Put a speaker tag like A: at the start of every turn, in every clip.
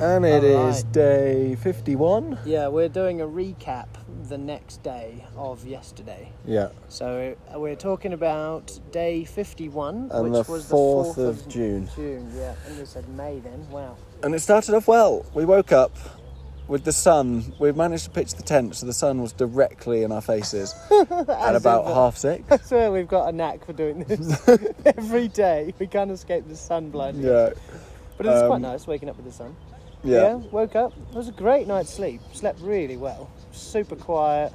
A: And it
B: All
A: is day 51.
B: Yeah, we're doing a recap the next day of yesterday.
A: Yeah.
B: So uh, we're talking about day 51,
A: And
B: which
A: the
B: was the
A: 4th
B: 4th
A: of June.
B: June, yeah. And we said May then. Wow.
A: And it started off well. We woke up with the sun. We managed to pitch the tent so the sun was directly in our faces at about
B: ever.
A: half six.
B: I swear we've got a knack for doing this every day. We can't escape the sun blindness.
A: Yeah.
B: But it was
A: um,
B: quite nice waking up with the sun.
A: Yeah.
B: Woke up. It was a great night's sleep. Slept really well. Super quiet.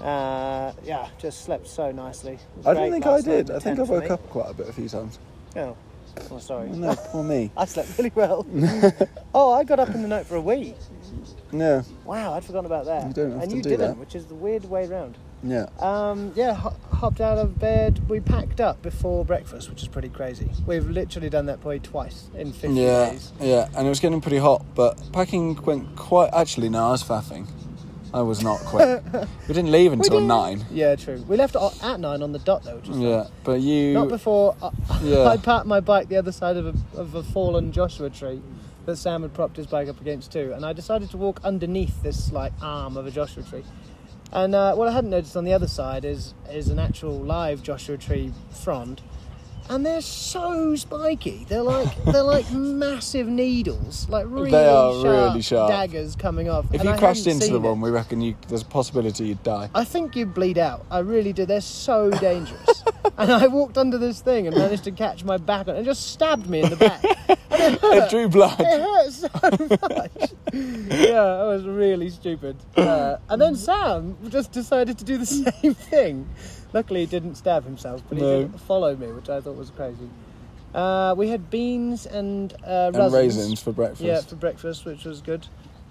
B: Uh, yeah, just slept so nicely. It was
A: I
B: great
A: don't think I
B: last night
A: did.
B: in
A: I
B: the
A: think I
B: tent for
A: woke
B: me.
A: up quite a bit a few times.
B: Oh, well, sorry.
A: No, poor me.
B: I slept really well. oh, I got up in the night for a week.
A: Yeah.
B: Wow, I'd forgotten about that.
A: You don't have
B: and
A: to
B: you
A: do
B: didn't,
A: that.
B: which is the weird way round.
A: Yeah.
B: Um, yeah, ho- hopped out of bed. We packed up before breakfast, which is pretty crazy. We've literally done that probably twice in 50
A: Yeah,
B: days.
A: yeah, and it was getting pretty hot, but packing went quite. Actually, no, I was faffing. I was not quick. we didn't leave until
B: did.
A: nine.
B: Yeah, true. We left o- at nine on the dot though, which is
A: Yeah, but you.
B: not before I,
A: Yeah.
B: I parked my bike the other side of a, of a fallen Joshua tree that Sam had propped his bike up against too, and I decided to walk underneath this like arm of a Joshua tree. And uh, what I hadn't noticed on the other side is is an actual live Joshua tree frond, and they're so spiky. They're like they're like massive needles, like really,
A: are
B: sharp,
A: really sharp.
B: daggers coming off.
A: if
B: and
A: you
B: I
A: crashed
B: hadn't
A: into the
B: seen it.
A: one, we reckon you, there's a possibility you'd die.
B: I think you bleed out. I really do. They're so dangerous. and I walked under this thing and managed to catch my back on it and just stabbed me in the back.
A: I drew blood.
B: it hurt so much. yeah, it was really stupid. Uh, and then Sam just decided to do the same thing. Luckily, he didn't stab himself, but he
A: No.
B: did follow me, which I thought was crazy. Uh, we had beans and, uh,
A: And raisins for breakfast.
B: yeah, for breakfast, which was good.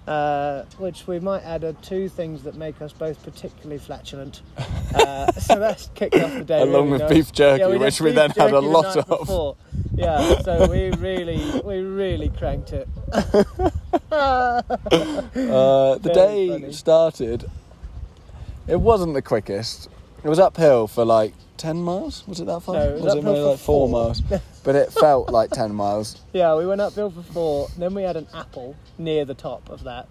B: Uh, which we might add are two things that make us both particularly flatulent. Uh, so that's kicked off the day.
A: Along
B: really
A: with
B: nice.
A: beef jerky,
B: Yeah, we did
A: which we
B: beef
A: then had a
B: jerky the
A: lot
B: night
A: of.
B: before. Yeah, so we really, we really cranked it.
A: Uh, the
B: Very
A: day
B: funny.
A: started. It wasn't the quickest. It was uphill for like ten miles. Was it that far?
B: No, it was uphill
A: maybe
B: for
A: like four,
B: four.
A: miles? but it felt like ten miles.
B: Yeah, we went uphill for four. Then we had an apple near the top of that.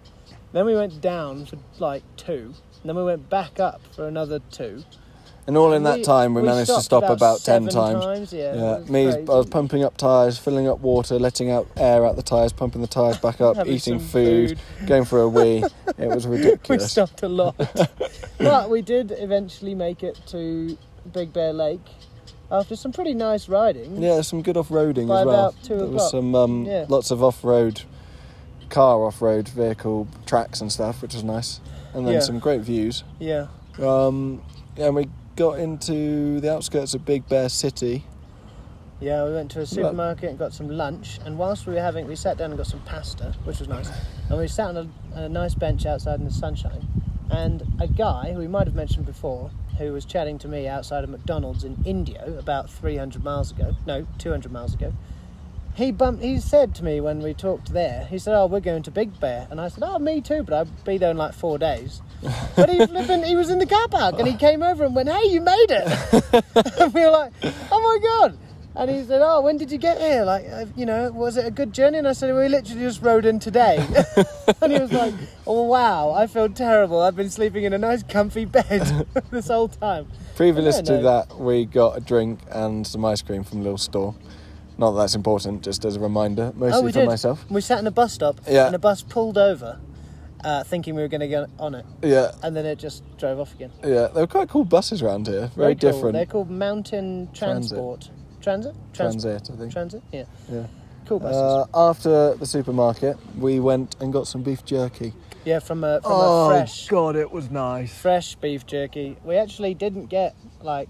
B: Then we went down for like two. And then we went back up for another two.
A: And all in that
B: We-
A: time, we,
B: we
A: managed to
B: stopped
A: stop
B: about
A: about ten
B: seven
A: times.
B: times, yeah,
A: yeah.
B: it was
A: Me, I
B: crazy.
A: was pumping up tires, filling up water, letting out air out the tires, pumping the tires back up,
B: Having
A: eating
B: some
A: food, going for a wee. it was
B: we
A: ridiculous.
B: stopped a lot. but we did eventually make it to Big Bear Lake after some pretty nice riding.
A: Yeah, there's some good off-roading
B: By
A: as well.
B: about two
A: there was
B: o'clock.
A: some um,
B: Yeah.
A: lots of off-road car, off-road vehicle tracks and stuff, which was nice, and then
B: Yeah.
A: some great views.
B: Yeah.
A: Um, and we got into the outskirts of Big Bear City.
B: Yeah, we went to a supermarket and got some lunch. And whilst we were having, we sat down and got some pasta, which was nice. And we sat on a, a nice bench outside in the sunshine. And a guy who we might have mentioned before, who was chatting to me outside of McDonald's in Indio about 300 miles ago, no, 200 miles ago, he bumped. He said to me when we talked there, he said, "Oh, we're going to Big Bear," and I said, "Oh, me too, but I'll be there in like four days." But he flipping, he was in the car park and he came over and went, "Hey, you made it!" and we were like, "Oh my god!" And he said, "Oh, when did you get here? Like, uh, you know, was it a good journey?" And I said, "We literally just rode in today." and he was like, "Oh wow, I feel terrible. I've been sleeping in a nice, comfy bed this whole time."
A: Previous
B: I don't
A: to
B: know.
A: that, we got a drink and some ice cream from Little Store. Not that that's important, just as a reminder, mostly
B: oh, we
A: for
B: did.
A: myself.
B: We sat in a bus stop,
A: Yeah.
B: and a bus pulled over, uh, thinking we were going to get on it,
A: Yeah,
B: and then it just drove off again.
A: yeah, they were quite cool buses around here. Very,
B: cool.
A: different.
B: They're called Mountain
A: Transit.
B: Transport. Transit.
A: Transit, I think.
B: Transit. Yeah.
A: yeah.
B: Cool buses.
A: Uh, after the supermarket, we went and got some beef jerky.
B: yeah, from a from
A: Oh,
B: a fresh
A: god, it was nice.
B: fresh beef jerky. We actually didn't get like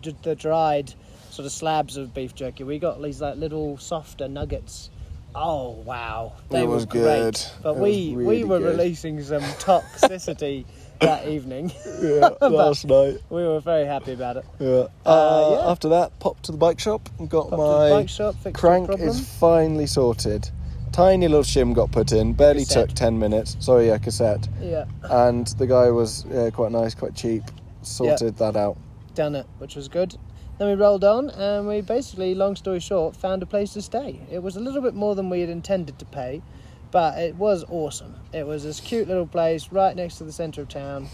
B: d- the dried sort of slabs of beef jerky. We got these like little softer nuggets. Oh wow, they
A: It
B: were
A: was
B: great.
A: good. It
B: But
A: was
B: we
A: really
B: we were
A: good.
B: releasing some toxicity that evening.
A: Yeah, last night.
B: We were very happy about it.
A: Yeah. Uh,
B: Uh, yeah.
A: After that, popped to the bike shop and got
B: Popped to the
A: my
B: bike shop, fixed the
A: crank
B: problem.
A: is finally sorted. Tiny little shim got put in. Barely
B: Cassette.
A: took ten minutes. Sorry, yeah, cassette.
B: Yeah,
A: And the guy was yeah, quite nice, quite cheap. Sorted that out.
B: done it, which was good. Then we rolled on, and we basically, long story short, found a place to stay. It was a little bit more than we had intended to pay, But it was awesome. It was this cute little place right next to the centre of town.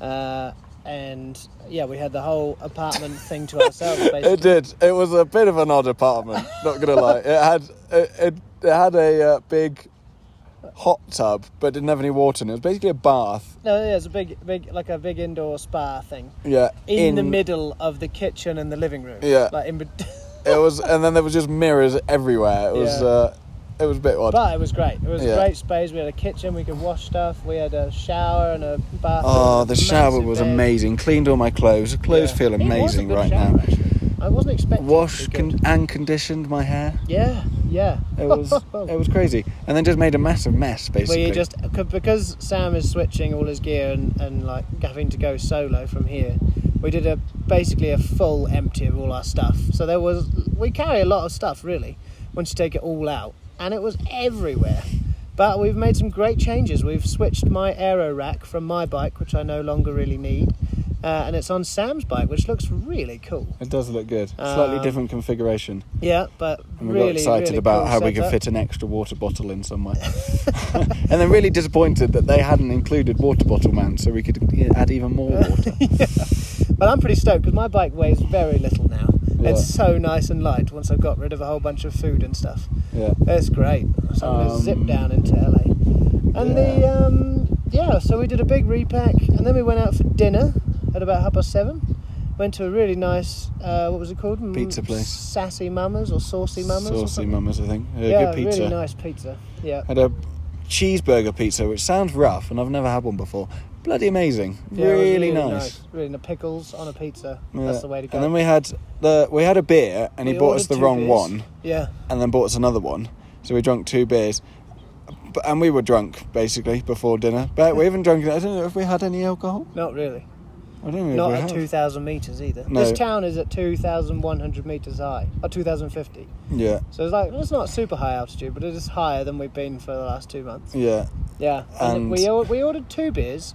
B: Uh, and yeah, we had the whole apartment thing to ourselves basically.
A: It did. It was a bit of an odd apartment. Not gonna lie, it had it it, it had a uh, big hot tub, but didn't have any water. in it It was basically a bath.
B: No, yeah, it's a big, big, like a big indoor spa thing
A: Yeah,
B: in, the middle of the kitchen and the living room.
A: Yeah.
B: like in, bet-
A: It was, and then there was just mirrors everywhere. It was
B: Yeah.
A: uh, it was a bit odd.
B: but it was great. It was
A: Yeah.
B: a great space. We had a kitchen. We could wash stuff. We had a shower and a bath.
A: Oh, the shower was
B: amazing.
A: amazing. Cleaned all my clothes. Clothes
B: Yeah.
A: feel
B: It was a
A: amazing
B: good
A: right
B: shower,
A: now.
B: actually. I wasn't expecting. it to be
A: Washed
B: good.
A: con- and conditioned my hair.
B: yeah, yeah.
A: It was it was crazy, and then just made a massive mess
B: Where
A: basically.
B: you just c- because Sam is switching all his gear and, and like having to go solo from here, we did a basically a full empty of all our stuff. So there was we carry a lot of stuff really once you take it all out, and it was everywhere. But we've made some great changes. We've switched my aero rack from my bike, which I no longer really need, uh, and it's on Sam's bike, which looks really cool.
A: It does look good. Slightly
B: Um,
A: different configuration.
B: Yeah, but
A: And we
B: really
A: got excited
B: really
A: about
B: cool
A: how we could
B: setup.
A: fit an extra water bottle in somewhere. and then really disappointed that they hadn't included Water Bottle Man so we could yeah, add even more water.
B: But I'm pretty stoked because my bike weighs very little now.
A: Yeah.
B: It's so nice and light once I've got rid of a whole bunch of food and stuff.
A: Yeah.
B: It's great. So I'm gonna zip
A: Um,
B: down into LA. And
A: yeah.
B: the um, yeah, so we did a big repack and then we went out for dinner at about half past seven. Went to a really nice uh, what was it called? M-
A: Pizza place.
B: Sassy Mamas or Saucy Mamas. or
A: Saucy
B: something.
A: Mamas, I think. Yeah,
B: Yeah,
A: good pizza.
B: really nice pizza. Yeah.
A: Had a cheeseburger pizza, which sounds rough, and I've never had one before. Bloody amazing.
B: Yeah, it was
A: really, nice.
B: Really the pickles on a pizza.
A: Yeah.
B: That's the way to go.
A: And then we had the we had a beer, and he
B: We
A: bought us
B: ordered
A: the
B: two
A: wrong
B: beers.
A: one.
B: Yeah.
A: and then bought us another one. So we drank two beers, B- and we were drunk basically before dinner. But we haven't drunk. I don't know if we had any alcohol.
B: Not really.
A: I don't know. if
B: Not
A: we
B: at
A: have.
B: 2,000 metres either.
A: No.
B: This town is at 2,100 metres high, or 2,050.
A: Yeah,
B: So it's like, well, it's not super high altitude, but it is higher than we've been for the last two months.
A: yeah.
B: Yeah. And,
A: And-
B: we, or- we ordered two beers,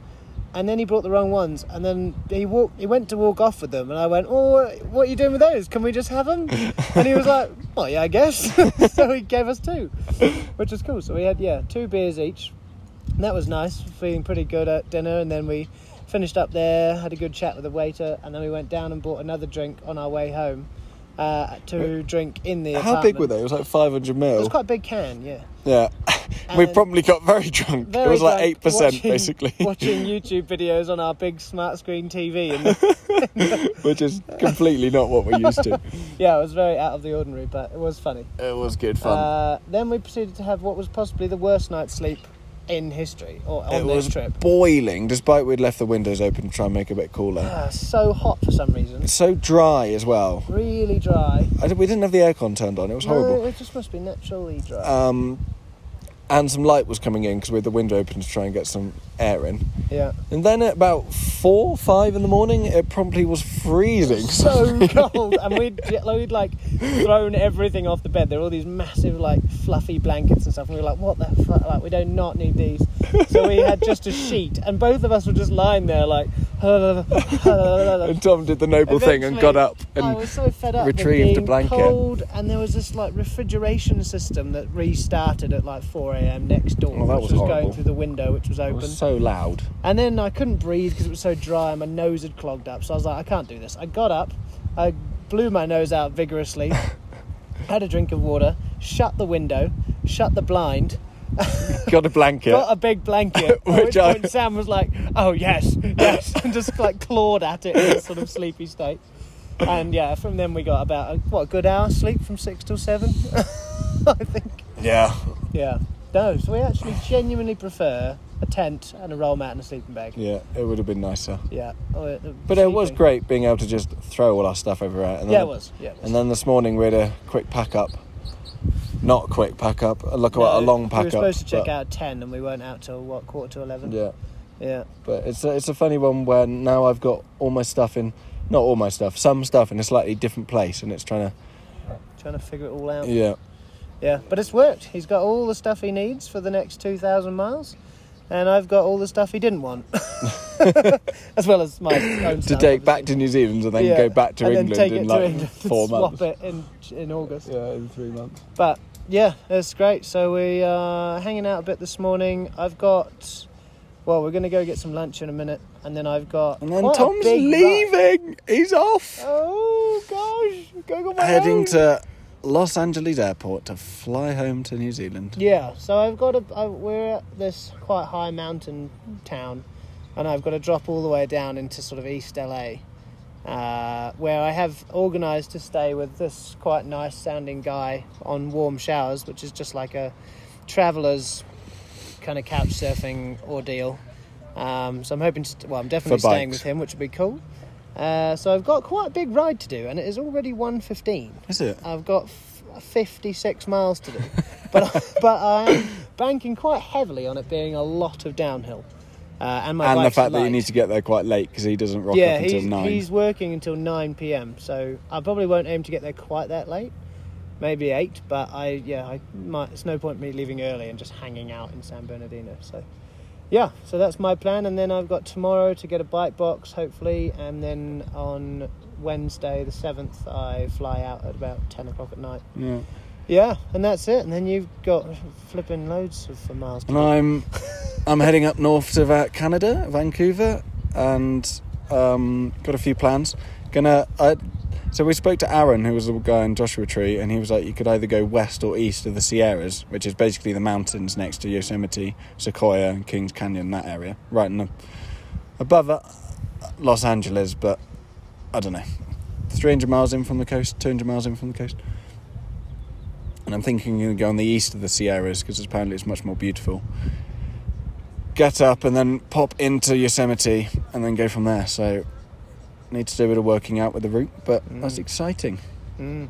B: and then he brought the wrong ones, and then he walked, he went to walk off with them, and I went, oh, what are you doing with those? Can we just have them? and he was like, well, yeah, I guess. so he gave us two, which was cool. So we had, yeah, two beers each. And that was nice, feeling pretty good at dinner. And then we finished up there, had a good chat with the waiter, and then we went down and bought another drink on our way home uh, to drink in the
A: How big
B: apartment.
A: were they? It was like 500 mil.
B: It was quite a big can, yeah.
A: yeah. we
B: And-
A: probably got very drunk.
B: Very
A: it was like
B: drunk,
A: eight percent
B: watching-
A: basically,
B: Watching YouTube videos on our big smart screen TV. And
A: which is completely not what we're used to.
B: yeah, it was very out of the ordinary, but it was funny.
A: It was good fun.
B: Uh, then we proceeded to have what was possibly the worst night's sleep in history or on
A: it
B: this
A: was
B: trip.
A: boiling, despite we'd left the windows open to try and make it a bit cooler.
B: Ah, so hot for some reason.
A: It's so dry as well.
B: Really dry.
A: I did we didn't have the aircon turned on. It was horrible.
B: No, it just must be naturally dry.
A: um, and some light was coming in because we had the window open to try and get some air in.
B: yeah.
A: And then at about four, five in the morning, it promptly was freezing.
B: So cold, and we'd, we'd like thrown everything off the bed. There were all these massive, like fluffy blankets and stuff. And we were like, "What the fuck? Like, we do not need these." So we had just a sheet, and both of us were just lying there, like.
A: and Tom did the noble thing and
B: Eventually,
A: got up
B: I
A: and
B: was so fed up with
A: retrieved a
B: being
A: blanket.
B: Cold, and there was this like refrigeration system that restarted at like 4 a.m. next door,
A: Well, that
B: which
A: was
B: was
A: horrible.
B: going through the window, which was
A: it
B: open.
A: was so loud.
B: And then I couldn't breathe because it was so dry and my nose had clogged up. So I was like, I can't do this. I got up, I blew my nose out vigorously, had a drink of water, shut the window, shut the blind,
A: Got a blanket.
B: got a big blanket. at
A: Which
B: which
A: I-
B: point Sam was like, oh, yes, yes, and just like clawed at it in a sort of sleepy state. And yeah, from then we got about, a, what, a good hour sleep from six till seven, I think.
A: yeah.
B: Yeah. No, so we actually genuinely prefer a tent and a roll mat and a sleeping bag.
A: Yeah, it would have been nicer.
B: Yeah. Oh, it- the
A: But it was
B: sleeping.
A: great being able to just throw all our stuff everywhere. And then,
B: Yeah, it was. Yeah. It was.
A: And then this morning we had a quick pack up. Not a quick pack up. A look at a
B: No,
A: long pack
B: We were supposed
A: up,
B: to check
A: but-
B: out at ten, and we weren't out till what quarter to eleven.
A: Yeah.
B: Yeah.
A: But it's a, it's a funny one where now I've got all my stuff in, not all my stuff, some stuff in a slightly different place, and it's trying
B: Trying to figure it all out.
A: to,
B: Yeah.
A: yeah,
B: But it's worked. He's got all the stuff he needs for the next two thousand miles. and I've got all the stuff he didn't want, as well as my own
A: to
B: stuff,
A: take back
B: obviously.
A: to New Zealand and then
B: Yeah,
A: go back to
B: and
A: England
B: then take
A: in
B: it
A: like
B: to England
A: four
B: and
A: months.
B: Swap it in in August.
A: Yeah, in three months.
B: But yeah, it's great. So we are hanging out a bit this morning. I've got, well, we're going to go get some lunch in a minute, and then I've got.
A: And then
B: quite a
A: Tom's
B: big run.
A: leaving. He's off.
B: Oh gosh, go go my
A: heading
B: own.
A: to Los Angeles Airport to fly home to New Zealand.
B: Yeah, so I've got a. I, we're at this quite high mountain town, and I've got to drop all the way down into sort of East LA, uh, where I have organised to stay with this quite nice sounding guy on Warm Showers, which is just like a traveller's kind of couch surfing ordeal. Um, so I'm hoping to. Well, I'm definitely staying
A: bikes.
B: with him, which would be cool. Uh, so I've got quite a big ride to do, and it is already 1.15.
A: Is it?
B: I've got f- 56 miles to do, but but I'm banking quite heavily on it being a lot of downhill, uh, and my
A: and the
B: bike's
A: fact that you
B: light.
A: need to get there quite late because he doesn't rock
B: yeah,
A: up until
B: he's,
A: nine.
B: he's working until 9 p.m. So I probably won't aim to get there quite that late, maybe eight. But I yeah, I might, it's no point me leaving early and just hanging out in San Bernardino. So. Yeah, so that's my plan, and then I've got tomorrow to get a bike box, hopefully, and then on Wednesday the seventh, I fly out at about ten o'clock at night.
A: Yeah.
B: Yeah, and that's it. And then you've got flipping loads of miles.
A: And I'm I'm heading up north to Va- Canada, Vancouver, and um, got a few plans. Gonna I, so we spoke to Aaron, who was the guy in Joshua Tree, and he was like, you could either go west or east of the Sierras, which is basically the mountains next to Yosemite, Sequoia, and Kings Canyon, that area, right in the above uh, Los Angeles, but I don't know, 300 miles in from the coast, 200 miles in from the coast. And I'm thinking you're going to go on the east of the Sierras because apparently it's much more beautiful. Get up and then pop into Yosemite and then go from there. So, need to do a bit of working out with the route, but that's
B: Mm.
A: exciting.
B: Mm,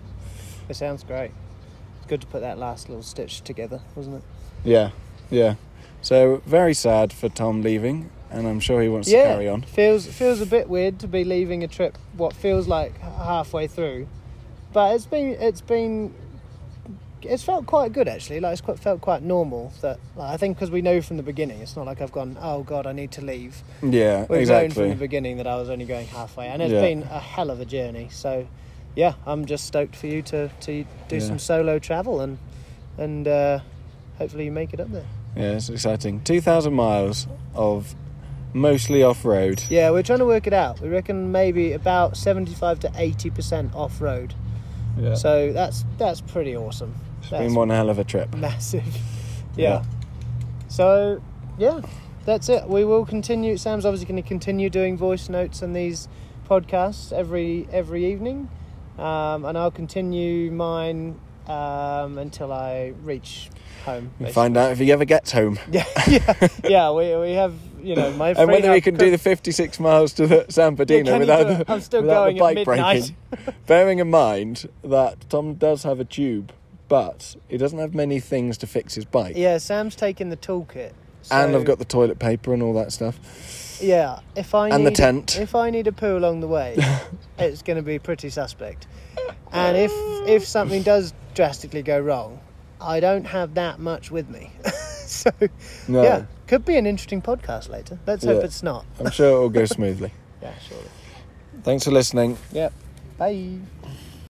B: it sounds great. It's good to put that last little stitch together, wasn't it?
A: Yeah, yeah. So, very sad for Tom leaving, and I'm sure he wants to carry on.
B: Feels feels a bit weird to be leaving a trip what feels like h- halfway through, but it's been it's been it's felt quite good actually. Like it's quite, felt quite normal that like, I think because we know from the beginning, it's not like I've gone. Oh God, I need to leave.
A: Yeah,
B: We've known from the
A: exactly.
B: beginning that I was only going halfway, and it's
A: Yeah.
B: been a hell of a journey. So, yeah, I'm just stoked for you to to do
A: Yeah.
B: some solo travel and and uh, hopefully you make it up there.
A: Yeah, it's exciting. 2,000 miles of mostly off road.
B: Yeah, we're trying to work it out. We reckon maybe about seventy-five to eighty percent off road.
A: Yeah.
B: So that's that's pretty awesome.
A: it's
B: That's
A: been one hell of a trip.
B: massive.
A: Yeah.
B: yeah. So, yeah, that's it. We will continue. Sam's obviously going to continue doing voice notes and these podcasts every every evening, um, and I'll continue mine um, until I reach home.
A: We'll
B: basically.
A: find out if he ever gets home.
B: Yeah, yeah, yeah. We we have you know my
A: and whether
B: freehub
A: we can do the 56 miles to the San Bernardino
B: can he
A: without
B: do it?
A: the,
B: I'm still
A: without the
B: going at
A: bike
B: midnight.
A: breaking. Bearing in mind that Tom does have a tube, but he doesn't have many things to fix his bike.
B: Yeah, Sam's taking the toolkit.
A: and
B: so-
A: I've got the toilet paper and all that stuff.
B: Yeah, if I
A: And the
B: need,
A: tent.
B: If I need a poo along the way, it's going to be pretty suspect. And if if something does drastically go wrong, I don't have that much with me. so
A: No,
B: yeah, could be an interesting podcast later. Let's hope
A: Yeah.
B: it's not.
A: I'm sure it'll go smoothly.
B: Yeah, surely.
A: Thanks for listening.
B: Yep. Bye.